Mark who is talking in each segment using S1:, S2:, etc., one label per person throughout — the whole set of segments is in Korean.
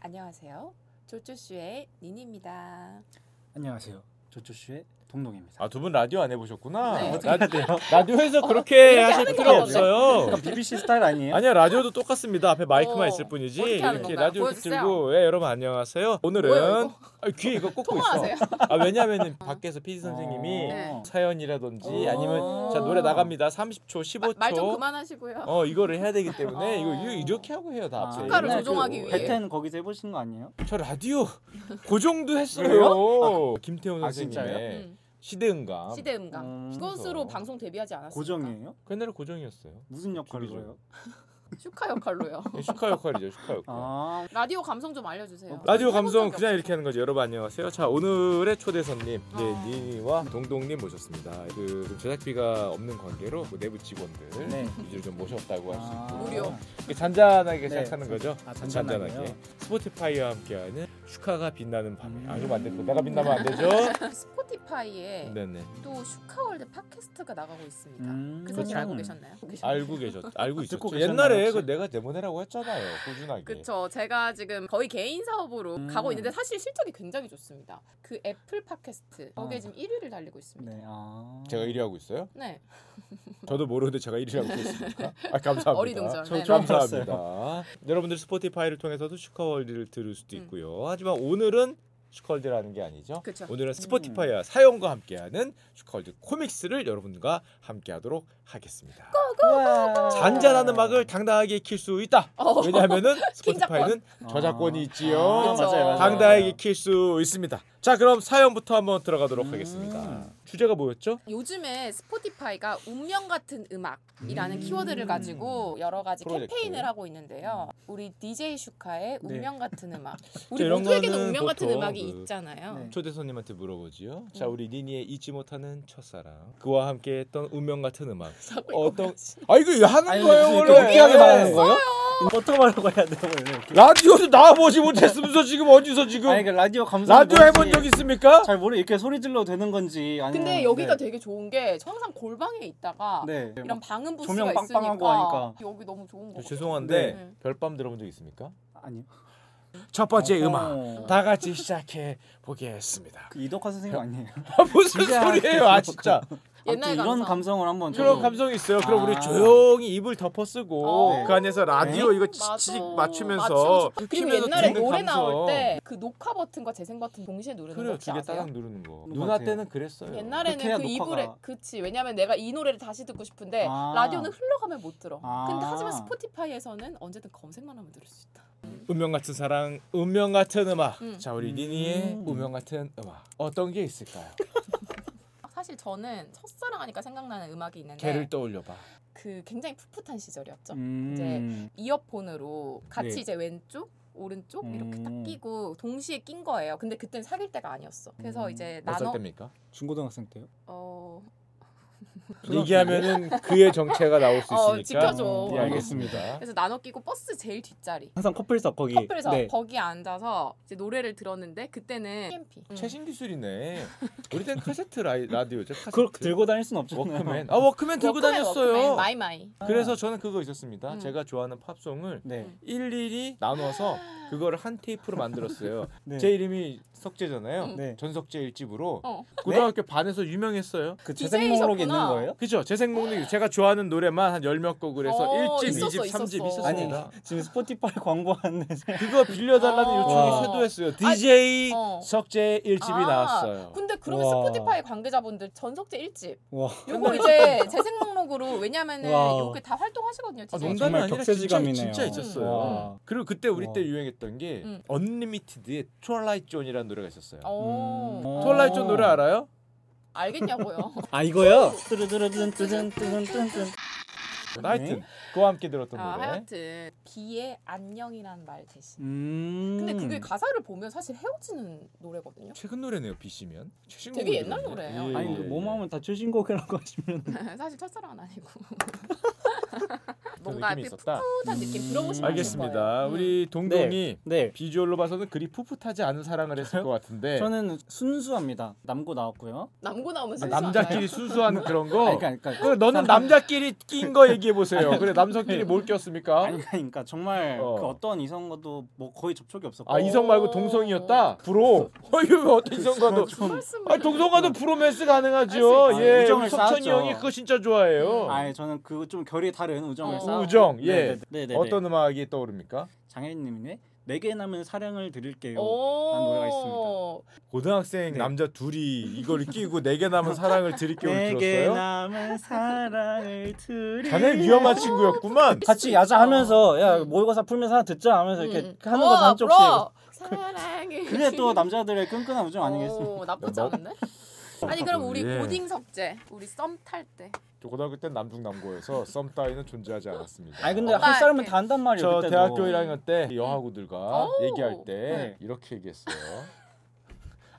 S1: 안녕하세요. 조쭈슈의 니니입니다.
S2: 안녕하세요. 조초슈의 동동입니다.
S3: 아 두 분 라디오 안 해보셨구나.
S1: 네.
S3: 라, 라디오에서
S1: 어,
S3: 그렇게 하실 필요 없어요.
S2: 약간 BBC 스타일 아니에요?
S3: 네. 아니야 라디오도 똑같습니다. 앞에 마이크만
S1: 네. 어,
S3: 있을 뿐이지
S1: 어떻게 하는
S3: 이렇게
S1: 건가요?
S3: 라디오
S1: 보여주세요.
S3: 들고 예 여러분 안녕하세요.
S1: 뭐예요,
S3: 오늘은
S1: 이거?
S3: 아, 귀에 이거 꽂고 있어.
S1: 통화하세요.
S3: 아 왜냐면은 밖에서 PD 선생님이
S1: 네.
S3: 사연이라든지
S1: 어.
S3: 아니면 자 노래 나갑니다 30초
S2: 뭐
S3: 15초
S1: 말 좀 그만하시고요.
S3: 어 이거를 해야 되기 때문에
S1: 어.
S3: 이거 이거 이렇게 하고 해요 다. 앞에.
S1: 효과를
S3: 옛날에
S1: 조종하기
S3: 그-
S1: 위해.
S2: 배텐 네. 거기서 해보신 거 아니에요?
S3: 저 라디오 그 고정도 했어요.
S2: 그래요?
S3: 김태훈
S2: 아,
S3: 선생님의
S2: 진짜요?
S1: 음,
S3: 시대음감.
S1: 시대 음감.
S2: 음.
S1: 그것으로 방송 데뷔하지 않았습니까?
S2: 고정이에요?
S3: 그 옛날에 고정이었어요.
S2: 무슨
S3: 비비죠. 네.
S2: 역할로요?
S1: 슈카 역할로요.
S3: 슈카 역할이죠 슈카 역할.
S2: 아,
S1: 라디오 감성 좀
S2: 어,
S1: 알려주세요.
S3: 라디오
S1: 해본
S3: 감성
S1: 적이
S3: 그냥
S1: 없어서.
S3: 이렇게 하는 거죠. 여러분 안녕하세요. 자 오늘의 초대 손님
S1: 어.
S3: 네, 니니와 동동님 모셨습니다. 그좀 제작비가 없는 관계로 뭐 내부 직원들
S2: 네.
S3: 위주로 좀 모셨다고 할 수
S2: 아.
S3: 있고
S1: 무료.
S3: 이렇게 잔잔하게
S2: 네.
S3: 시작하는 거죠.
S2: 아, 잔잔하네요.
S3: 잔잔하게 스포티파이와 함께하는 슈카가 빛나는 밤에
S2: 음.
S3: 아주 안되고 내가 빛나면 안 되죠.
S1: 스포티파이에
S3: 네네
S1: 또 슈카월드 팟캐스트가 나가고 있습니다.
S2: 음.
S1: 그 사실 알고
S2: 음.
S1: 계셨나요?
S3: 알고 계셨 알고
S2: 듣고
S3: 있었죠.
S2: 계셨나요,
S3: 옛날에 그
S2: 혹시?
S3: 내가 데모네라고 했잖아요. 꾸준하게.
S1: 그쵸. 제가 지금 거의 개인 사업으로
S2: 음.
S1: 가고 있는데 사실 실적이 굉장히 좋습니다. 그 애플 팟캐스트 거기에
S2: 아.
S1: 지금 1위를 달리고 있습니다.
S2: 네. 아.
S3: 제가 1위 하고 있어요?
S1: 네.
S3: 저도 모르는데 제가 1위 하고 있습니까? 아 감사합니다.
S1: 어리둥절.
S2: 저
S1: 네.
S2: 좀-
S3: 감사합니다. 여러분들 스포티파이를 통해서도 슈카월드를 들을 수도
S1: 음.
S3: 있고요. 하지만 오늘은 슈카월드라는 게 아니죠.
S1: 그쵸. 음.
S3: 오늘은 스포티파이와 사연과 함께하는 슈카월드 코믹스를 여러분과 함께하도록 하겠습니다.
S2: 우와.
S3: 잔잔한 음악을 당당하게 킬 수 있다.
S1: 어.
S3: 왜냐하면은 스포티파이는 저작권이 있지요.
S2: 아,
S1: 그쵸.
S2: 맞아요, 맞아요.
S3: 당당하게 킬 수 있습니다. 자 그럼 사연부터 한번 들어가도록
S2: 음.
S3: 하겠습니다. 주제가 뭐였죠?
S1: 요즘에 스포티파이가 운명 같은 음악이라는
S2: 음.
S1: 키워드를 가지고 여러 가지
S3: 음. 프로젝트.
S1: 캠페인을 하고 있는데요. 우리 DJ 슈카의
S2: 네.
S1: 운명 같은 음악. 우리
S3: 네, 이런
S1: 모두에게도
S3: 거는
S1: 운명 같은
S3: 보통
S1: 음악이
S3: 그-
S1: 있잖아요.
S2: 네.
S3: 초대 손님한테 물어보지요.
S1: 네.
S3: 자 우리 니니의 잊지 못하는 첫사랑 그와 함께했던 운명 같은 음악 어떤 아 이거 하는
S2: 아니,
S3: 거예요
S2: 무슨
S3: 원래
S2: 이렇게 웃기하게 말하는 거예요? 아. 어떻게 말하고 해야 돼요, 원래? 이렇게?
S3: 라디오도 나와보지 못했으면서 지금 어디서 지금
S2: 아니, 그 라디오 감성.
S3: 라디오 해본 적 있습니까?
S2: 잘 모르. 이렇게 소리 질러도 되는 건지 아니면.
S1: 근데
S3: 음,
S1: 여기가
S2: 네.
S1: 되게 좋은 게 항상 골방에 있다가
S2: 네.
S1: 이런 방음 부스가
S2: 조명 빵빵하고
S1: 있으니까
S2: 하니까.
S1: 여기 너무 좋은 거.
S3: 그렇죠. 죄송한데
S1: 네.
S3: 별밤 들어본 적 있습니까?
S2: 아니요.
S3: 첫 번째
S2: 어.
S3: 음악 다 같이 시작해 보겠습니다.
S2: 그 이덕화 선생님 아니에요?
S3: 무슨
S2: 진짜.
S3: 소리예요, 아 진짜.
S1: 옛날
S2: 아무튼 이런
S1: 감성.
S2: 감성을 한번
S3: 그런
S2: 좀-
S3: 감성이 있어요. 그럼 우리
S2: 아.
S3: 조용히 입을 덮어 쓰고
S1: 어.
S3: 그 안에서 라디오
S1: 네.
S3: 이거
S1: 맞아.
S3: 칙칙
S1: 맞추면서
S3: 맞추면서
S1: 그리고
S3: 키면서
S1: 옛날에
S3: 듣는
S1: 노래
S3: 감성.
S1: 나올 때 그 녹화 버튼과 재생 버튼 동시에 누르는 거
S3: 그래요
S1: 혹시
S3: 두개
S1: 아세요?
S3: 따닥 누르는 거
S2: 누가
S3: 누나
S2: 같아요?
S3: 때는 네. 그랬어요
S2: 그렇게 해야
S1: 옛날에는 그
S2: 녹화가-
S1: 이불에 그치 왜냐면 내가 이 노래를 다시 듣고 싶은데
S2: 아.
S1: 라디오는 흘러가면 못 들어
S2: 아.
S1: 근데 하지만 스포티파이에서는 언제든 검색만 하면 들을 수 있다
S3: 운명 같은 사랑 운명 같은 음악
S1: 음.
S3: 자 우리
S2: 음.
S3: 니니의 운명 같은 음악 어떤 게 있을까요
S1: 네. 사실 저는 첫사랑 하니까 생각나는 음악이 있는데
S3: 걔를 떠올려봐
S1: 그 굉장히 풋풋한 시절이었죠
S2: 음.
S1: 이어폰으로 같이
S3: 네.
S1: 이제 왼쪽 오른쪽 이렇게 딱
S2: 음.
S1: 끼고 동시에 낀 거예요 근데 그땐 사귈 때가 아니었어 그래서
S2: 음.
S1: 이제
S3: 몇 살
S1: 나눠
S3: 때입니까
S2: 중고등학생 때요?
S1: 어...
S3: 얘기하면은 그의 정체가 나올 수 있으니까
S1: 어 지켜줘 음.
S3: 네, 알겠습니다
S1: 그래서 나눠 끼고 버스 제일 뒷자리
S2: 항상 커플석 거기.
S1: 커플에서
S2: 네.
S1: 거기 앉아서 이제 노래를 들었는데 그때는 음. 캠핑
S3: 최신 기술이네 우리 땐 카세트 라이, 라디오죠 카세트
S2: 그걸 들고 다닐 순 없잖아요.
S3: 워크맨 아 워크맨 들고 다녔어요
S1: 뭐 마이마이
S3: 그래서 저는 그거 있었습니다
S1: 음.
S3: 제가 좋아하는 팝송을
S2: 네.
S3: 일일이 나눠서 그거를 한 테이프로 만들었어요
S2: 네.
S3: 제 이름이 석재잖아요.
S2: 네.
S3: 전석재 일집으로
S1: 음. 어.
S3: 고등학교 반에서 유명했어요.
S2: 그
S1: DJ
S2: 재생 목록에 있는
S1: 셨구나.
S2: 거예요?
S3: 그죠? 제 생목록이 제가 좋아하는 노래만 한 열몇 곡을
S1: 어,
S3: 해서 일집
S1: 있었어,
S3: 이집 삼집
S1: 있었어.
S2: 아니
S3: 있었습니다.
S2: 지금 스포티파이 광고하는데
S3: 그거 빌려달라는
S1: 어.
S3: 요청이 쇄도했어요. DJ
S1: 어. 아,
S3: 석재 일집이 나왔어요.
S1: 근데 그러면
S2: 와.
S1: 스포티파이 관계자분들 전석재 1집
S2: 와
S1: 요거 이제 재생 목록으로 왜냐면은
S2: 와우.
S1: 요게 다 활동하시거든요.
S3: 아,
S1: DJ.
S3: 농담이
S2: 정말
S3: 아니라
S2: 격세지감이네요.
S3: 진짜, 진짜 있었어요. 음.
S2: 와.
S3: 그리고 그때 우리
S2: 와.
S3: 때 유행했던 게
S1: 음.
S3: 언리미티드의 트와라이트 존이라는 노래가 있었어요.
S1: 오.
S2: 음.
S3: 트와라이트 존 노래 알아요?
S1: 알겠냐고요.
S2: 아 이거요? 네. 뚜루뚜루든 뚜든 뚜든 뚜든
S3: 네. 하여튼
S2: 네.
S3: 그와 함께 들었던
S1: 아,
S3: 노래.
S1: 하여튼 비의 안녕이라는 말 대신.
S2: 음.
S1: 근데 그게 가사를 보면 사실 헤어지는 노래거든요.
S3: 최근 노래네요. 비시면 최신
S1: 되게
S3: 곡이거든요.
S1: 옛날 노래예요.
S3: 예,
S2: 아니 그
S3: 예, 예.
S2: 뭐만 하면 다 최신 곡이라고 하시면
S1: 사실 첫사랑은 아니고. 뭔가 이렇게
S3: 느낌이
S1: 음.
S3: 있었다.
S1: 풋풋한 느낌 들어보시면
S3: 알겠습니다.
S1: 아실 거예요.
S3: 우리 동동이
S2: 네.
S3: 비주얼로 봐서는 그리 풋풋하지 않은 사랑을 했을 것 같은데
S2: 저는 순수합니다. 남고 나왔고요.
S1: 음. 남고 나오면
S3: 아,
S1: 순수
S3: 남자끼리 순수한 그런
S2: 아니,
S3: 거.
S2: 그러니까,
S3: 그
S2: 그러니까,
S3: 너는 남자끼리 낀 거 얘기해 보세요. 그래 남성끼리 뭘 꼈습니까?
S2: 아니, 그러니까 정말
S3: 어.
S2: 그 어떤 이성과도 뭐 거의 접촉이 없었고.
S3: 아 이성 말고
S2: 어.
S3: 동성이었다. 브로. 어유 어떤 이성과도.
S2: 좀
S3: 아 동성과도 브로맨스 가능하죠.
S1: 할수 있죠.
S3: 예.
S2: 우정을
S3: 우리 석천이
S2: 쌓았죠.
S3: 형이 그거 진짜 좋아해요.
S2: 아니 저는 그 좀 결이 다른 우정을
S1: 어.
S2: 쌓아.
S3: 우정, 예.
S2: 네네네.
S3: 어떤 음악이 떠오릅니까?
S2: 장혜린님의 내게 남은 사랑을 드릴게요.
S1: 어. 오.
S2: 노래가 있습니다.
S3: 고등학생
S2: 네.
S3: 남자 둘이 이걸 끼고 내게 남은 사랑을 드릴게요
S2: 내게
S3: 들었어요.
S2: 네 남은 사랑을 드릴.
S3: 자네 위험한 친구였구만.
S2: 같이 야자하면서 야 모의고사 풀면서 하나 듣자 하면서 이렇게 하는 거
S1: 음. 어,
S2: 한 쪽씩.
S1: 브로! 사랑해.
S2: 그 그게 또 남자들의 끈끈한 우정 아니겠습니까?
S1: 오, 나쁘지
S3: 뭐?
S1: 않은데? 아니 그럼 우리
S3: 예.
S1: 고딩 석재 우리 썸 탈 때.
S3: 저 고등학교 땐 남중남고여서 썸 따위는 존재하지 않았습니다.
S2: 아니 근데
S1: 오빠
S2: 할 사람은
S1: 이렇게.
S2: 다 한단 말이에요.
S3: 저
S2: 그때도.
S3: 대학교 1학년 때 여하고들과
S1: 오.
S3: 얘기할 때
S2: 음. 네.
S3: 이렇게 얘기했어요.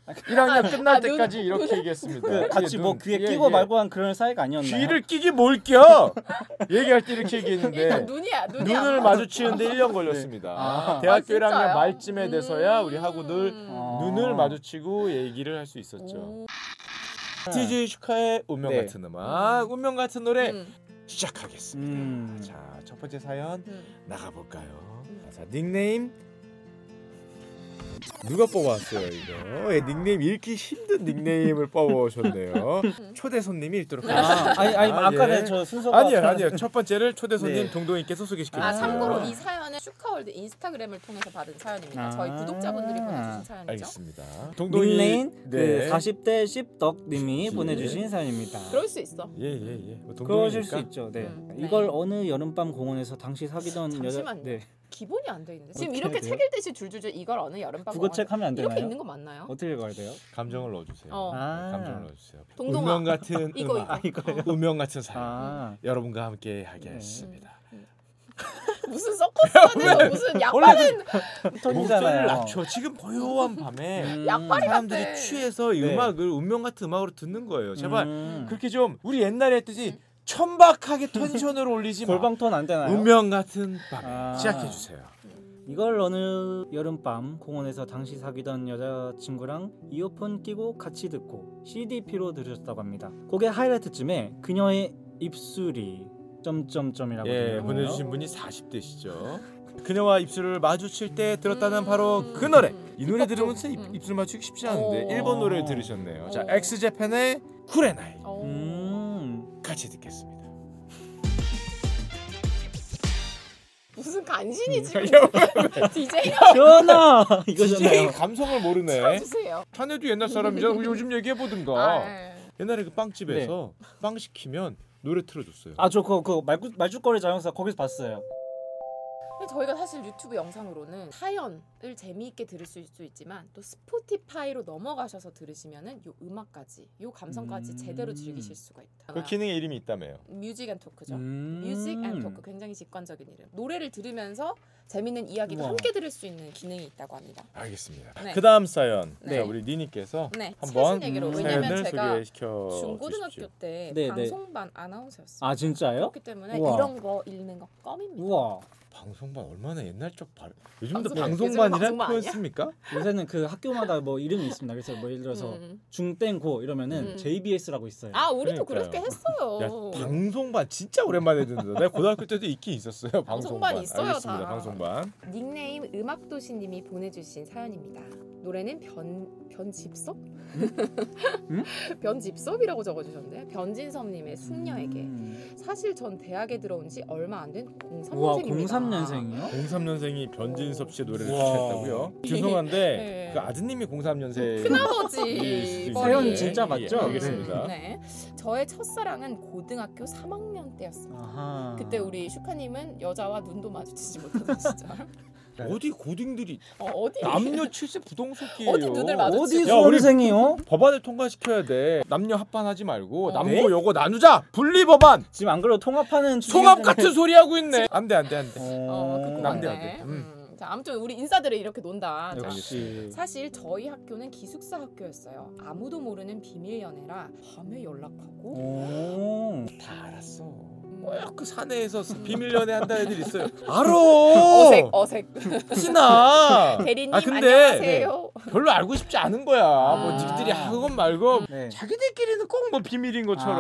S3: 1학년 끝날
S1: 아, 눈-
S3: 때까지 이렇게 얘기했습니다.
S2: 그 같이
S3: 이게
S2: 뭐
S3: 눈-
S2: 귀에
S3: 예,
S2: 끼고
S3: 예.
S2: 말고 한 그런 사이가 아니었나요?
S3: 귀를 끼기 뭘 껴? 얘기할 때 이렇게
S1: 일단
S3: 얘기했는데
S1: 눈이야 눈이 안
S3: 네. 눈을
S1: 맞아.
S3: 마주치는데 1년 걸렸습니다.
S2: 네. 아.
S1: 아,
S3: 대학교
S1: 진짜요?
S3: 1학년 말쯤에 돼서야 우리 그렇죠.
S1: 음.
S3: 하고들
S2: 어.
S3: 눈을 마주치고 얘기를 할 수 있었죠.
S1: 오.
S3: DJ 슈카의 운명
S2: 네.
S3: 같은 음악, 운명 같은 노래
S1: 음,
S3: 시작하겠습니다.
S2: 음.
S3: 자, 첫 번째 사연
S1: 음.
S3: 나가볼까요?
S1: 음.
S3: 자 닉네임 누가 뽑았어요 이거? 예, 닉네임 읽기 힘든 닉네임을 뽑아오셨네요. 초대 손님이 읽도록
S2: 아,
S3: 하겠습니다.
S2: 아니 아니
S3: 아,
S2: 아까
S3: 예.
S2: 예. 저 순서가
S3: 아니요 아니요 첫 번째를 초대 손님
S2: 네.
S3: 동동이께서 소개시켜주세요.
S1: 아 참고로 이
S2: 이-
S1: 사연은 슈카월드 인스타그램을 통해서 받은 사연입니다. 저희
S2: 아.
S1: 구독자분들이 보내주신 사연이죠.
S3: 알겠습니다.
S2: 닉네임
S3: 네.
S2: 그 40대 씹덕님이
S3: 그치.
S2: 보내주신 사연입니다.
S1: 그럴 수 있어.
S3: 예예 예. 뭐
S2: 그러실 수
S3: 동동이니까.
S2: 있죠. 네.
S1: 음.
S2: 이걸 어느 여름밤 공원에서 당시 사귀던
S1: 잠시만요.
S2: 여자 네.
S1: 기본이 안 돼 있는데 지금
S2: 어떻게
S1: 이렇게
S2: 해야 돼요?
S1: 책 읽듯이 줄줄줄 이걸 어느 여름밤
S2: 국어책 하면 안
S1: 이렇게
S2: 되나요?
S1: 읽는 거 맞나요?
S2: 어떻게 읽어야 돼요?
S3: 감정을 넣어주세요. 네,
S1: 어.
S2: 아.
S3: 감정을 넣어주세요.
S1: 동동아.
S3: 운명 같은
S1: 이거
S3: 음악,
S1: 이거
S3: 운명 같은 사랑.
S2: 아. 네. 음.
S3: 여러분과 함께 하겠습니다.
S1: 하겠습니다. 무슨 서커스에서 무슨 약발은
S3: 목소리를
S2: 톤이잖아요.
S3: 낮춰. 지금 고요한 밤에
S2: 음.
S1: 음. 약발이
S3: 사람들이
S1: 같아.
S3: 취해서 이
S2: 네.
S3: 음악을 운명 같은 음악으로 듣는 거예요. 제발
S2: 음.
S3: 그렇게 좀 우리 옛날에
S1: 음.
S3: 했듯이 천박하게 텐션을 올리지 마.
S2: 골방톤 안 되나요?
S3: 운명 같은 밤에
S2: 아.
S3: 시작해 주세요.
S2: 이걸 어느 여름밤 공원에서 당시 사귀던 여자친구랑 이어폰 끼고 같이 듣고 CDP로 들으셨다고 합니다. 곡의 하이라이트쯤에 그녀의 입술이 점점점이라고
S3: 예,
S2: 들려요.
S3: 보내주신 분이 40대시죠. 그녀와 입술을 마주칠 때 들었다는 바로 그 노래. 이 노래 들으면서 입,
S1: 음.
S3: 입술 맞추기 쉽지 않은데
S1: 어.
S3: 일본 노래를 들으셨네요. 자,
S1: 어.
S3: 엑스제팬의 쿠레나이
S1: 어.
S2: 음.
S3: 같이 듣겠습니다.
S1: 무슨
S3: 음.
S1: 간신히 지금
S3: 야, 네.
S1: DJ
S2: 전화
S3: DJ
S2: 이거잖아요.
S3: 감성을 모르네. 어.
S1: 쳐주세요. 아, 네.
S3: 자네도 옛날 사람이잖아. 우리 요즘 얘기해
S1: 예.
S3: 보든가. 옛날에 그 빵집에서 빵 시키면 노래 틀어줬어요.
S2: 네. 아 저 그 그 말죽거리 자영사 거기서 봤어요.
S1: 근데 저희가 사실 유튜브 영상으로는 사연을 재미있게 들으실 수 있지만 또 스포티파이로 넘어가셔서 들으시면은 요 음악까지 요 감성까지
S2: 음.
S1: 제대로 즐기실 수가 있다.
S2: 아.
S3: 그 기능의 이름이 있다며요.
S1: 뮤직 앤 토크죠.
S2: 음.
S1: 뮤직 앤 토크 굉장히 직관적인 이름. 노래를 들으면서 재밌는 이야기도
S2: 우와.
S1: 함께 들을 수 있는 기능이 있다고 합니다.
S3: 알겠습니다.
S1: 네.
S3: 그 다음 사연.
S1: 네.
S3: 자, 우리 니니께서
S1: 네,
S3: 한번
S1: 최신 얘기로 왜냐면
S3: 사연을
S1: 제가
S3: 소개시켜
S1: 중고등학교
S3: 주십시오.
S1: 때
S2: 네, 네.
S1: 방송반 아나운서였어요.
S2: 아 진짜요?
S1: 그렇기 때문에
S2: 우와.
S1: 이런 거 읽는 거 껌입니다.
S2: 우와
S3: 방송반 얼마나 옛날 쪽 발. 요즘도
S1: 방송반,
S3: 방송반이란
S1: 요즘은 방송반
S3: 표현
S1: 아니야?
S3: 씁니까?
S2: 요새는 그 학교마다 뭐 이름이 있습니다. 그래서 뭐 예를 들어서 네.
S1: 음.
S2: 중땡고 이러면은
S1: 음.
S2: JBS라고 있어요.
S1: 아 우리도
S3: 그러니까요.
S1: 그렇게
S3: 야,
S1: 했어요.
S3: 방송반 진짜 오랜만에 듣는다. 내가 고등학교 때도 있긴 있었어요. 방송반.
S1: 방송반 있어요,
S3: 알겠습니다.
S1: 다.
S3: 방송반.
S1: 닉네임 음악도시님이 보내주신 사연입니다. 노래는 변 변집섭? 변집섭이라고 적어주셨는데 변진섭님의 숙녀에게.
S2: 음.
S1: 사실 전 대학에 들어온 지 얼마 안 된
S2: 우와
S1: 03년생입니다.
S2: 03년생이요?
S3: 03년생이 변진섭 씨의 노래를
S2: 우와.
S3: 추천했다고요. 죄송한데
S1: 네.
S3: 그 아드님이 03년생. 일 수도
S1: 큰아버지.
S3: 있어요.
S1: 머리에.
S2: 사연 진짜 맞죠?
S3: 예, 알겠습니다.
S1: 음, 네. 저의 첫사랑은 고등학교 3학년 때였습니다.
S2: 아하.
S1: 그때 우리 슈카님은 여자와 눈도 마주치지 못하던 시절.
S3: 어디 고딩들이
S1: 어, 어디
S3: 남녀 7세 부동석이에요.
S1: 어디 눈을 마주-
S2: 어디
S3: 야, 우리-
S2: 수험생이요?
S3: 법안을 통과시켜야 돼. 남녀 합반하지 말고
S1: 어.
S3: 남고 여고 나누자. 분리 법안.
S2: 지금 안 그래도 통합하는
S3: 송합 같은 소리 하고 있네. 안 돼 안 돼 안 돼.
S1: 어, 그
S3: 남대
S1: 남대
S3: 안 돼. 음.
S1: 자, 아무튼 우리 인사들을 이렇게 논다. 자,
S2: 역시
S1: 사실 저희 학교는 기숙사 학교였어요. 아무도 모르는 비밀 연애라 밤에 연락하고
S2: 오.
S3: 다 알았어.
S1: 음,
S3: 꼭그 사내에서 비밀 연애 한다는 애들 있어요. 알아.
S1: 어색 어색.
S3: 티나.
S1: 대리님
S3: 아, 근데 네.
S1: 안녕하세요.
S3: 별로 알고 싶지 않은 거야. 뭐
S1: 아. 음.
S3: 니들이 하건 말고
S2: 네.
S3: 자기들끼리는 꼭 뭐 비밀인 것처럼.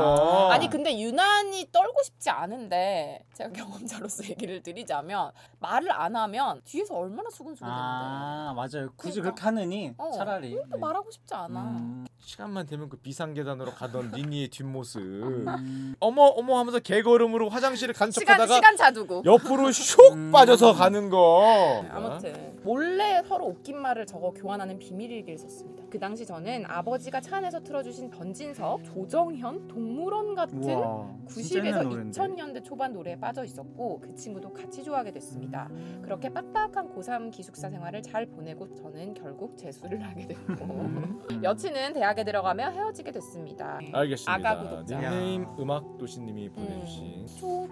S2: 아.
S1: 아니 그- 근데 유난히 떨고 싶지 않은데 제가 경험자로서 얘기를 드리자면 말을 안 하면 뒤에서 얼마나 수근수근 되는데
S2: 아 맞아요. 굳이
S1: 그러니까.
S2: 그렇게 하느니
S1: 어,
S2: 차라리
S1: 또
S2: 네.
S1: 말하고 싶지 않아.
S2: 음.
S3: 시간만 되면 그 비상계단으로 가던 니니의 뒷모습.
S2: 음.
S3: 어머 어머 하면서 개걸음으로 화장실을 간
S1: 시간
S3: 척하다가
S1: 시간 자두고.
S3: 옆으로 슉
S2: 음.
S3: 빠져서 가는 거.
S1: 네, 아무튼 몰래 서로 옷깃 말을 적어 교환하는 비밀일기를 썼습니다. 그 당시 저는 아버지가 차 안에서 틀어주신 변진섭, 조정현, 동물원 같은
S2: 우와, 진짜
S1: 90에서
S2: 옛날 노래인데.
S1: 2000년대 초반 노래에 빠져 있었고 그 친구도 같이 좋아하게 됐습니다. 그렇게 빡빡한 고3 기숙사 생활을 잘 보내고 저는 결국 재수를 하게 됐고
S2: 음.
S1: 여친은 대학에 들어가며 헤어지게 됐습니다. 음.
S3: 알겠습니다.
S1: 아가 구독자.
S3: 닉네임 음악 도시님이 보내주신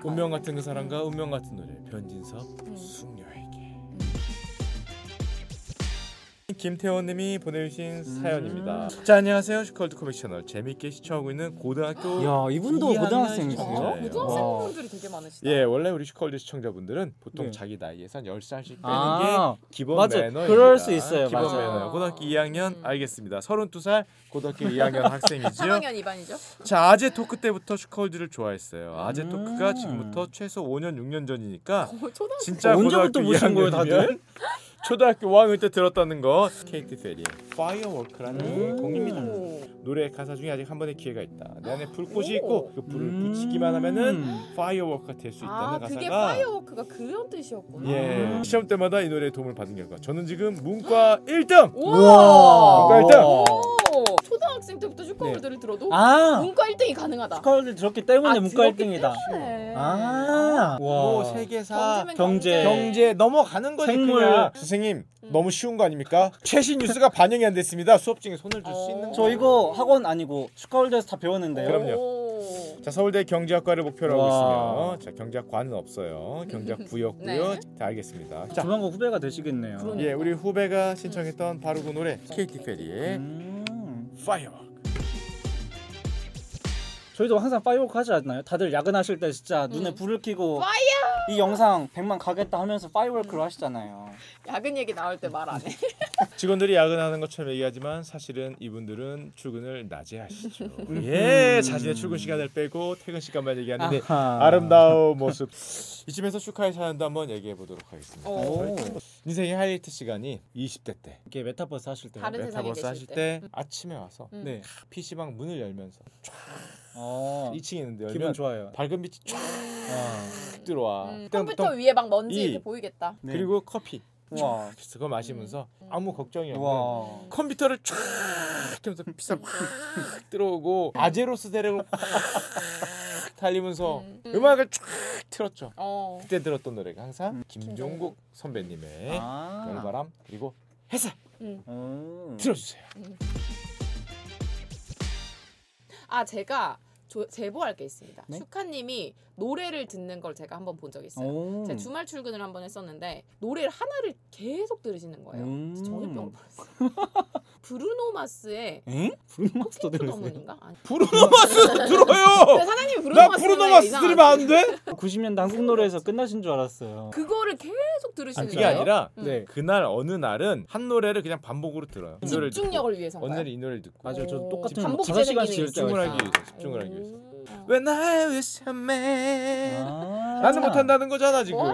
S3: 운명 같은 그 사람과 운명 같은 노래 변진섭
S1: 음.
S3: 숙녀에게 김태원님이 보내주신
S2: 음.
S3: 사연입니다. 자 안녕하세요 슈컬드 코믹 채널 재밌게 시청하고 있는 고등학교
S2: 야 이분도
S3: 이해하는
S2: 고등학생이세요?
S3: 진짜예요.
S1: 어,
S3: 네.
S1: 고등학생분들이 되게 많으시다.
S3: 예 원래 우리 슈컬드 시청자분들은 보통
S2: 네.
S3: 자기 나이에서 한 10살씩 빼는
S1: 어?
S2: 아,
S3: 게 기본
S2: 맞아요.
S3: 매너입니다.
S2: 그럴 수 있어요.
S3: 기본
S2: 맞아요.
S3: 매너 고등학교 2학년
S1: 음.
S3: 알겠습니다. 32살 고등학교 2학년 학생이지요.
S1: 3학년 2반이죠? 어,
S3: 자 아재 토크 때부터 슈컬드를 좋아했어요. 아재
S2: 음. 어,
S3: 토크가 지금부터 최소 5년 6년 전이니까
S1: 초등학생
S3: 진짜
S2: 언제부터
S3: 고등학교
S2: 보신 거예요,
S3: 2학년이면
S2: 다들?
S3: 초등학교 5학년 때 들었다는 거 케이티 페리의 파이어워크라는
S2: 음.
S3: 곡입니다. 노래 가사 중에 아직 한 번의 기회가 있다. 내 안에 불꽃이
S1: 오.
S3: 있고 그 불을
S2: 음.
S3: 붙이기만 하면은 파이어워크가 될 수 있다는
S1: 아
S3: 가사가
S1: 그게 파이어워크가 그런 뜻이었구나.
S3: 예
S2: 음.
S3: 시험 때마다 이 노래에 도움을 받은 결과 저는 지금 문과 1등
S1: 우와.
S2: 그러니까
S3: 문과 그러니까 일등!
S2: 어.
S1: 오! 초등학생 때부터
S3: 네.
S1: 슈퍼보드를 들어도
S2: 아
S1: 문과 1등이 가능하다.
S2: 스컬을 들었기 때문에
S1: 아,
S2: 문과
S1: 들었기
S2: 1등이다.
S1: 네.
S2: 아,
S3: 뭐
S2: 와.
S3: 세계사
S2: 경제.
S3: 경제 넘어가는 거지
S2: 생물.
S3: 그냥 선생님
S1: 음.
S3: 너무 쉬운 거 아닙니까? 최신 뉴스가 반영이 안 됐습니다. 수업 중에 손을 줄 수 있는
S1: 어.
S3: 거.
S2: 저 이거 학원 아니고 스컬에서 다 배웠는데요.
S3: 그럼요.
S1: 오.
S3: 자 서울대 경제학과를 목표로
S2: 와.
S3: 하고 있으며 자 경제학과는 없어요. 경제학 부였고요.
S1: 네.
S3: 자 알겠습니다. 자
S2: 조만간 후배가 되시겠네요.
S1: 그러네.
S3: 예, 우리 후배가 신청했던 바로 그 노래 케이티 페리의
S2: 음.
S3: Fire.
S2: 저희도 항상 파이어워크 하지 않나요? 다들 야근하실 때 진짜
S1: 음.
S2: 눈에 불을 켜고 이 영상 100만 가겠다 하면서 파이어워크로 하시잖아요.
S1: 야근 얘기 나올 때 말 안 해.
S3: 직원들이 야근하는 것처럼 얘기하지만 사실은 이분들은 출근을 낮에 하시죠. 예, 자신의 출근 시간을 빼고 퇴근 시간만 얘기하는데
S2: 아하.
S3: 네. 아름다운 모습. 이쯤에서 슈카의 사연도 한번 얘기해 보도록 하겠습니다.
S2: 오.
S3: 인생의 하이라이트 시간이 20대 때
S2: 이렇게 메타버스 하실 때.
S1: 다른- 세상에
S3: 메타버스
S1: 계실
S3: 하실 때,
S1: 때.
S3: 아침에 와서
S1: 음.
S2: 네.
S3: PC방 문을 열면서
S2: 어.
S3: 2층에 있는데 열면
S2: 기분 좋아요.
S3: 밝은 빛이 쫙
S2: 아.
S3: 들어와.
S1: 음,
S3: 똥,
S1: 컴퓨터
S3: 똥.
S1: 위에 막 먼지
S3: 이.
S1: 이렇게 보이겠다.
S2: 네.
S3: 그리고 커피
S2: 우와.
S3: 그거 마시면서
S1: 음.
S3: 아무 걱정이 없는
S2: 우와.
S3: 컴퓨터를 쫙 하면서 피자 확
S1: 음.
S3: 들어오고 아제로스 대령을 확 달리면서
S1: 음.
S3: 음. 악을쫙 틀었죠.
S1: 어.
S3: 그때 들었던 노래가 항상
S2: 음.
S3: 김종국 선배님의
S2: 아.
S3: 네. 열바람 그리고 해살
S1: 음.
S2: 음.
S3: 들어주세요.
S1: 아 제가 조, 제보할 게 있습니다.
S2: 네?
S1: 슈카님이 노래를 듣는 걸 제가 한번 본 적이 있어요.
S2: 오.
S1: 제가 주말 출근을 한 번 했었는데 노래를 하나를 계속 들으시는 거예요.
S2: 음.
S1: 정신병을 버렸어요. 브루노 마스의
S2: 에? 브루마스터
S1: 핑크
S2: 들으세요?
S1: 더문인가? 아니.
S3: 브루노마스
S1: 근데
S3: 들어요.
S1: 사장님이 브루노
S3: 나
S1: 마스
S3: 브루노마스 들으면 안 돼?
S2: 90년대 한국 노래에서 끝나신 줄 알았어요.
S1: 그거를 계속 들으시는
S2: 아니,
S3: 그게
S1: 거예요.
S3: 아니라
S1: 음.
S2: 네.
S3: 그날 어느 날은 한 노래를 그냥 반복으로 들어요. 이 노래를 듣고
S1: 집중력을
S3: 어느
S1: 위해서인가요?
S3: 날이 이 노래를 듣고
S2: 맞아요. 저도
S1: 오.
S2: 똑같은
S1: 반복
S2: 다섯
S1: 재생
S2: 시간
S1: 기능이
S2: 지을 때
S3: 집중을
S1: 있으니까.
S3: 하기 위해서, 집중을 하기 위해서.
S1: 음.
S3: When I was a man
S2: 아.
S3: 나는 못한다는 거잖아 지금. 음. 아,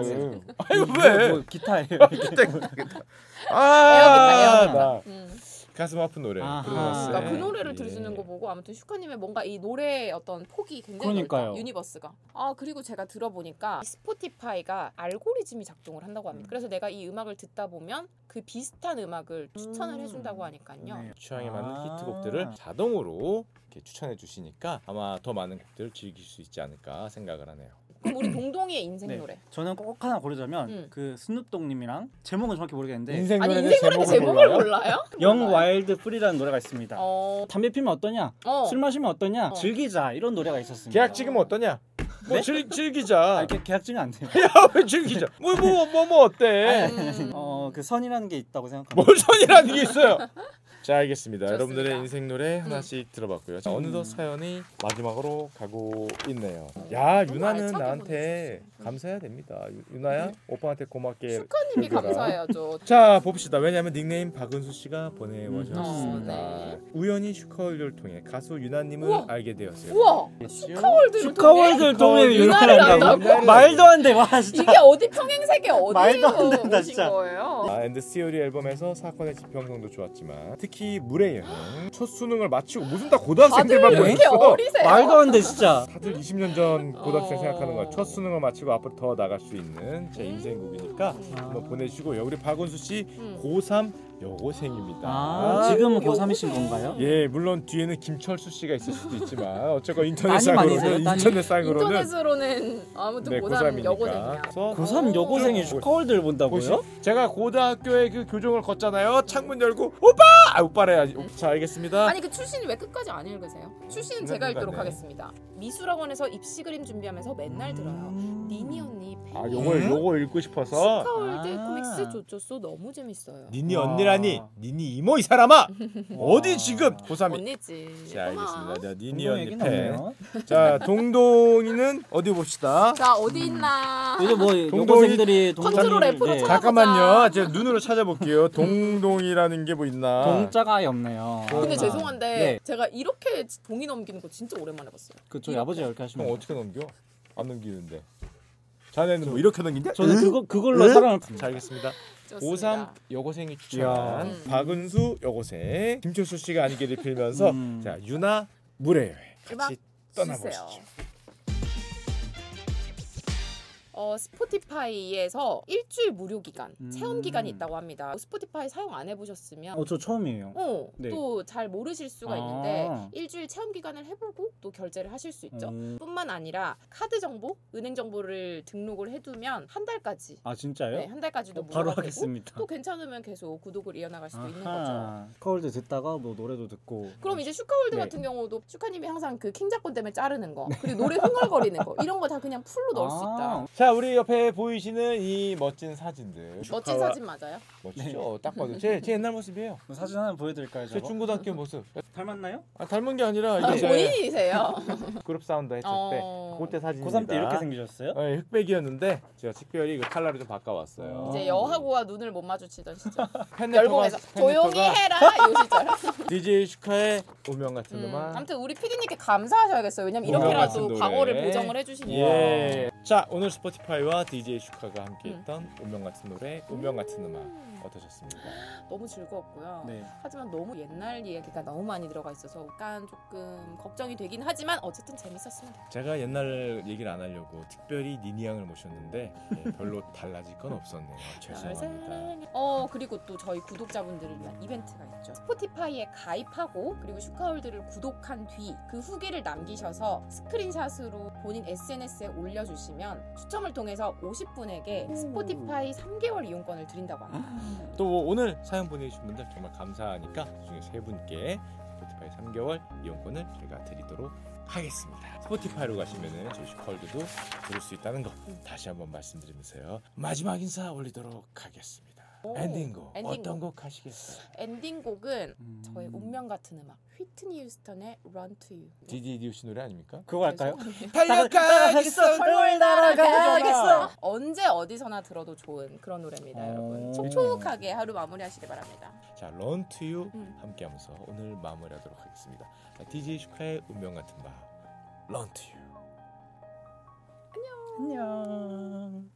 S1: 뭐
S3: 아이고
S2: 뭐,
S3: 왜?
S2: 뭐 기타예요.
S1: 에어기타,
S3: 아,
S1: 에어기타.
S3: 나
S1: 음.
S3: 가슴 아픈 노래.
S2: 아하.
S3: 브루노마스의.
S1: 그러니까 그 노래를
S3: 예.
S1: 들으시는 거 보고 아무튼 슈카님의 뭔가 이 노래의 어떤 폭이 굉장히
S2: 그러니까요.
S1: 넓다, 유니버스가 아 그리고 제가 들어보니까 이 스포티파이가 알고리즘이 작동을 한다고 합니다 그래서 내가 이 음악을 듣다 보면 그 비슷한 음악을 추천을
S2: 음.
S1: 해준다고 하니까요
S2: 네.
S3: 취향에 맞는
S2: 아.
S3: 예. 히트곡들을 자동으로 이렇게 추천해 주시니까 아마 더 많은 곡들을 즐길 수 있지 않을까 생각을 하네요.
S1: 그럼 우리 동동이의 인생
S2: 네.
S1: 노래
S2: 저는 꼭 하나 고르자면
S1: 음.
S2: 그 스눕독님이랑 제목은 정확히 모르겠는데
S3: 인생
S1: 네. 아니
S3: 노래는
S1: 인생 음. 노래 제목을 몰라요?
S2: 영 와일드 프리라는 노래가 있습니다.
S1: 어,
S2: 담배 피면 어떠냐?
S1: 어.
S2: 술 마시면 어떠냐?
S1: 어.
S2: 즐기자 이런 노래가 있었습니다.
S3: 계약 지금 어떠냐? 뭐
S1: 네?
S3: 즐,
S2: 아,
S3: 즐기자.
S2: 이렇게 계약증이 안 돼요.
S3: 야왜 즐기자? 뭐 뭐 뭐 뭐 어때?
S1: 음.
S2: 어그 선이라는 어, 그 게 있다고 생각합니다.
S3: 뭘 선이라는 게 있어요? 자
S1: 좋습니다.
S3: 알겠습니다.
S1: 음.
S3: 여러분들의 인생 노래 하나씩 들어봤고요. 자, 어느덧 사연이 마지막으로 가고 있네요. 야
S1: 너무
S3: 유나는
S1: 음. 알차게
S3: 나한테
S1: 보내주셨어요. 음.
S3: 감사해야 됩니다. 유- 유나야 오빠한테 고맙게.
S1: 슈카님이
S3: 그거라.
S1: 감사해야죠.
S3: 자 봅시다. 왜냐하면 닉네임 박은수 씨가 보내오셨습니다.
S1: 어,
S3: 우연히 슈카월드를 통해 가수 유나님을
S1: 우와.
S3: 알게 되었어요.
S1: 우와 슈카월드를
S2: 슈카월드를
S3: 통해?
S2: 통해
S1: 유나를
S2: 유나를 한다고?
S3: 한다고?
S2: 말도 안 돼. 와 진짜.
S1: 그 이게 어디 평행 세계 어디에
S2: 말도 안
S1: 거-
S2: 된다,
S1: 오신
S2: 진짜.
S1: 거예요?
S3: 아, 앤드 시오리 앨범에서 사건의 지평성도 좋았지만 특히 물의 여행 첫 수능을 마치고 무슨 다
S1: 다들
S3: 아, 고등학생들만
S1: 왜 이렇게
S3: 보냈어
S1: 어리세요?
S2: 말도 안 돼 진짜.
S3: 다들 20년 전 고등학생
S1: 어.
S3: 생각하는 거야 첫 수능을 마치고 앞으로 더 나갈 수 있는 제 인생곡이니까 한번 보내주시고요 우리 박원수 씨
S1: 음.
S3: 고3 여고생입니다
S2: 아, 지금 고3이신 건가요?
S3: 예 물론 뒤에는 김철수 씨가 있을 수도 있지만 어쨌건 인터넷
S2: 따님 아니세요,
S3: 쌍으로는
S2: 따님?
S3: 인터넷 쌍으로는
S1: 인터넷으로는 아무튼
S3: 네
S1: 고3
S3: 고3이니까
S1: 여고생이야.
S3: 그래서
S2: 고3 여고생이 슈카월드를
S3: 예. 보시,
S2: 본다고요?
S3: 제가 고등학교의 그 교정을 걷잖아요. 창문 열고 오빠, 아, 오빠래야지. 자, 알겠습니다.
S1: 아니 그 출신을 왜 끝까지 안 읽으세요? 출신은 제가
S3: 중간중간에.
S1: 읽도록 하겠습니다. 미술학원에서 입시 그림 준비하면서
S2: 음.
S1: 맨날 들어요. 니니 언니
S3: 아,
S1: 팬이에요.
S3: 요걸 요거 읽고 싶어서
S1: 스카월드
S2: 아.
S1: 코믹스 조조소 너무 재밌어요.
S3: 니니
S2: 와.
S3: 언니라니, 니니 이모 이 사람아. 어디
S2: 와.
S3: 지금 고3이
S1: 언니지.
S3: 자, 네, 알겠습니다. 자, 니니
S2: 운동
S3: 언니
S2: 아, 얘기는
S3: 팬.
S2: 없네요.
S3: 자, 동동이는 어디 봅시다.
S1: 자 어디 있나?
S2: 이제 뭐
S3: 동동이
S2: 여고생들이
S1: 컨트롤
S2: 동동이를-
S1: F로
S2: 네.
S1: 쳐다-
S3: 잠깐만요. 제가 눈으로 찾아볼게요. 동동이라는 게 뭐 있나?
S2: 동자가 아예 없네요.
S1: 근데
S3: 아.
S1: 죄송한데
S2: 네.
S1: 제가 이렇게 동이 넘기는 거 진짜 오랜만에 봤어요.
S2: 그 저희 아버지가 이렇게 하시면
S3: 형 어떻게 넘겨? 안 넘기는데. 자네는 뭐 이렇게 넘긴대?
S2: 저는 그거 그걸로 사랑을
S3: 자, 알겠습니다.
S1: 좋습니다.
S3: 고3 여고생이
S2: 이야.
S3: 추천한
S1: 음.
S3: 박은수 여고생 김철수 씨가 아니게 되필면서
S2: 음.
S3: 자 유나 물의 여행
S1: 음악
S3: 같이
S1: 주세요.
S3: 떠나보시죠.
S1: 어, 스포티파이에서 일주일 무료 기간,
S2: 음.
S1: 체험 기간이 있다고 합니다. 어, 스포티파이 사용 안 해보셨으면
S2: 어저 처음이에요.
S1: 어,
S2: 네.
S1: 또 잘 모르실 수가
S2: 아.
S1: 있는데 일주일 체험 기간을 해보고 또 결제를 하실 수 있죠.
S2: 음.
S1: 뿐만 아니라 카드 정보, 은행 정보를 등록을 해두면 한 달까지,
S2: 아 진짜요?
S1: 네, 한 달까지도
S2: 어, 바로
S1: 무료가 되고
S2: 하겠습니다.
S1: 또 괜찮으면 계속 구독을 이어나갈 수도 있는 거죠.
S2: 아하. 스카월드 듣다가 뭐 노래도 듣고.
S1: 그럼 이제 슈카월드
S2: 네.
S1: 같은 경우도 슈카님이 항상 그 킹작권 때문에 자르는 거 그리고 노래 흥얼거리는 거 이런 거 다 그냥 풀로 넣을 수 있다.
S2: 아.
S3: 자 우리 옆에 보이시는 이 멋진 사진들
S1: 멋진
S3: 축하와-
S1: 사진 맞아요?
S3: 멋지죠. 딱 봐도 제, 제 옛날 모습이에요.
S2: 그럼 사진 하나 보여드릴까요?
S3: 제
S2: 저거?
S3: 중고등학교 모습.
S2: 닮았나요?
S3: 아, 닮은 게 아니라
S1: 아,
S3: 이게 제
S1: 본인이세요?
S3: 그룹 사운드 했을 때
S1: 어.
S3: 그때 사진입니다.
S2: 고3 때 이렇게 네. 아. 생기셨어요?
S3: 어, 예, 흑백이었는데 제가 특별히 그 컬러를 좀 바꿔왔어요.
S1: 이제 여하고와 눈을 못 마주치던 시절.
S3: 팬레터가-
S1: 열공에서 조용히
S3: 팬레터가
S1: 해라 이 시절.
S3: DJ 슈카의 운명 같은
S1: 음,
S3: 음악.
S1: 아무튼 우리 피디님께 감사하셔야겠어요. 왜냐면
S3: 운명
S1: 이렇게라도
S3: 같은 노래.
S1: 과거를 보정을 해주시니까.
S3: 예. 자 오늘 스포티파이와 DJ 슈카가 함께했던 운명 같은 노래, 운명 같은 음악
S1: 음,
S3: 어떠셨습니까?
S1: 너무 즐거웠고요.
S2: 네.
S1: 하지만 너무 옛날 이야기가 너무 많이 들어가 있어서 약간 조금 걱정이 되긴 하지만 어쨌든 재밌었습니다.
S3: 제가 옛날 얘기를 안 하려고 특별히 니니양을 모셨는데 예, 별로 달라질 건 없었네요.
S1: 널
S3: 죄송합니다.
S1: 사랑해. 어 그리고 또 저희 구독자분들을 위한 이벤트가 있죠. 스포티파이에 가입하고 그리고 슈카월드를 구독한 뒤 그 후기를 남기셔서 스크린샷으로 본인 SNS에 올려주시면 추첨을 통해서 50분에게 스포티파이 3개월 이용권을 드린다고 합니다.
S3: 또 오늘 사연 보내주신 분들 정말 감사하니까 그중에 세 분께 스포티파이 3개월 이용권을 저희가 드리도록 하겠습니다. 스포티파이로 가시면은 저희 슈컬드도 들을 수 있다는 거 다시 한번 말씀드리면서요. 마지막 인사 올리도록 하겠습니다.
S1: 오,
S3: 엔딩곡,
S1: 엔딩곡.
S3: 어떤 곡 하시겠어요?
S1: 엔딩곡은
S2: 음.
S1: 저의 운명 같은 음악 휘트니 휴스턴의 Run to You.
S3: 디디디오 씨 노래 아닙니까?
S2: 그거 할까요?
S1: 죄송해요.
S3: 달려가겠어
S1: 헐헐 날아가겠어.
S2: 날아가겠어.
S1: 언제 어디서나 들어도 좋은 그런 노래입니다,
S2: 어.
S1: 여러분. 촉촉하게 하루 마무리하시길 바랍니다.
S3: 자, 런 투유
S1: 음.
S3: 함께하면서 오늘 마무리하도록 하겠습니다. 자, DJ 슈카의 운명 같은 밤, 런 투유.
S2: 안녕.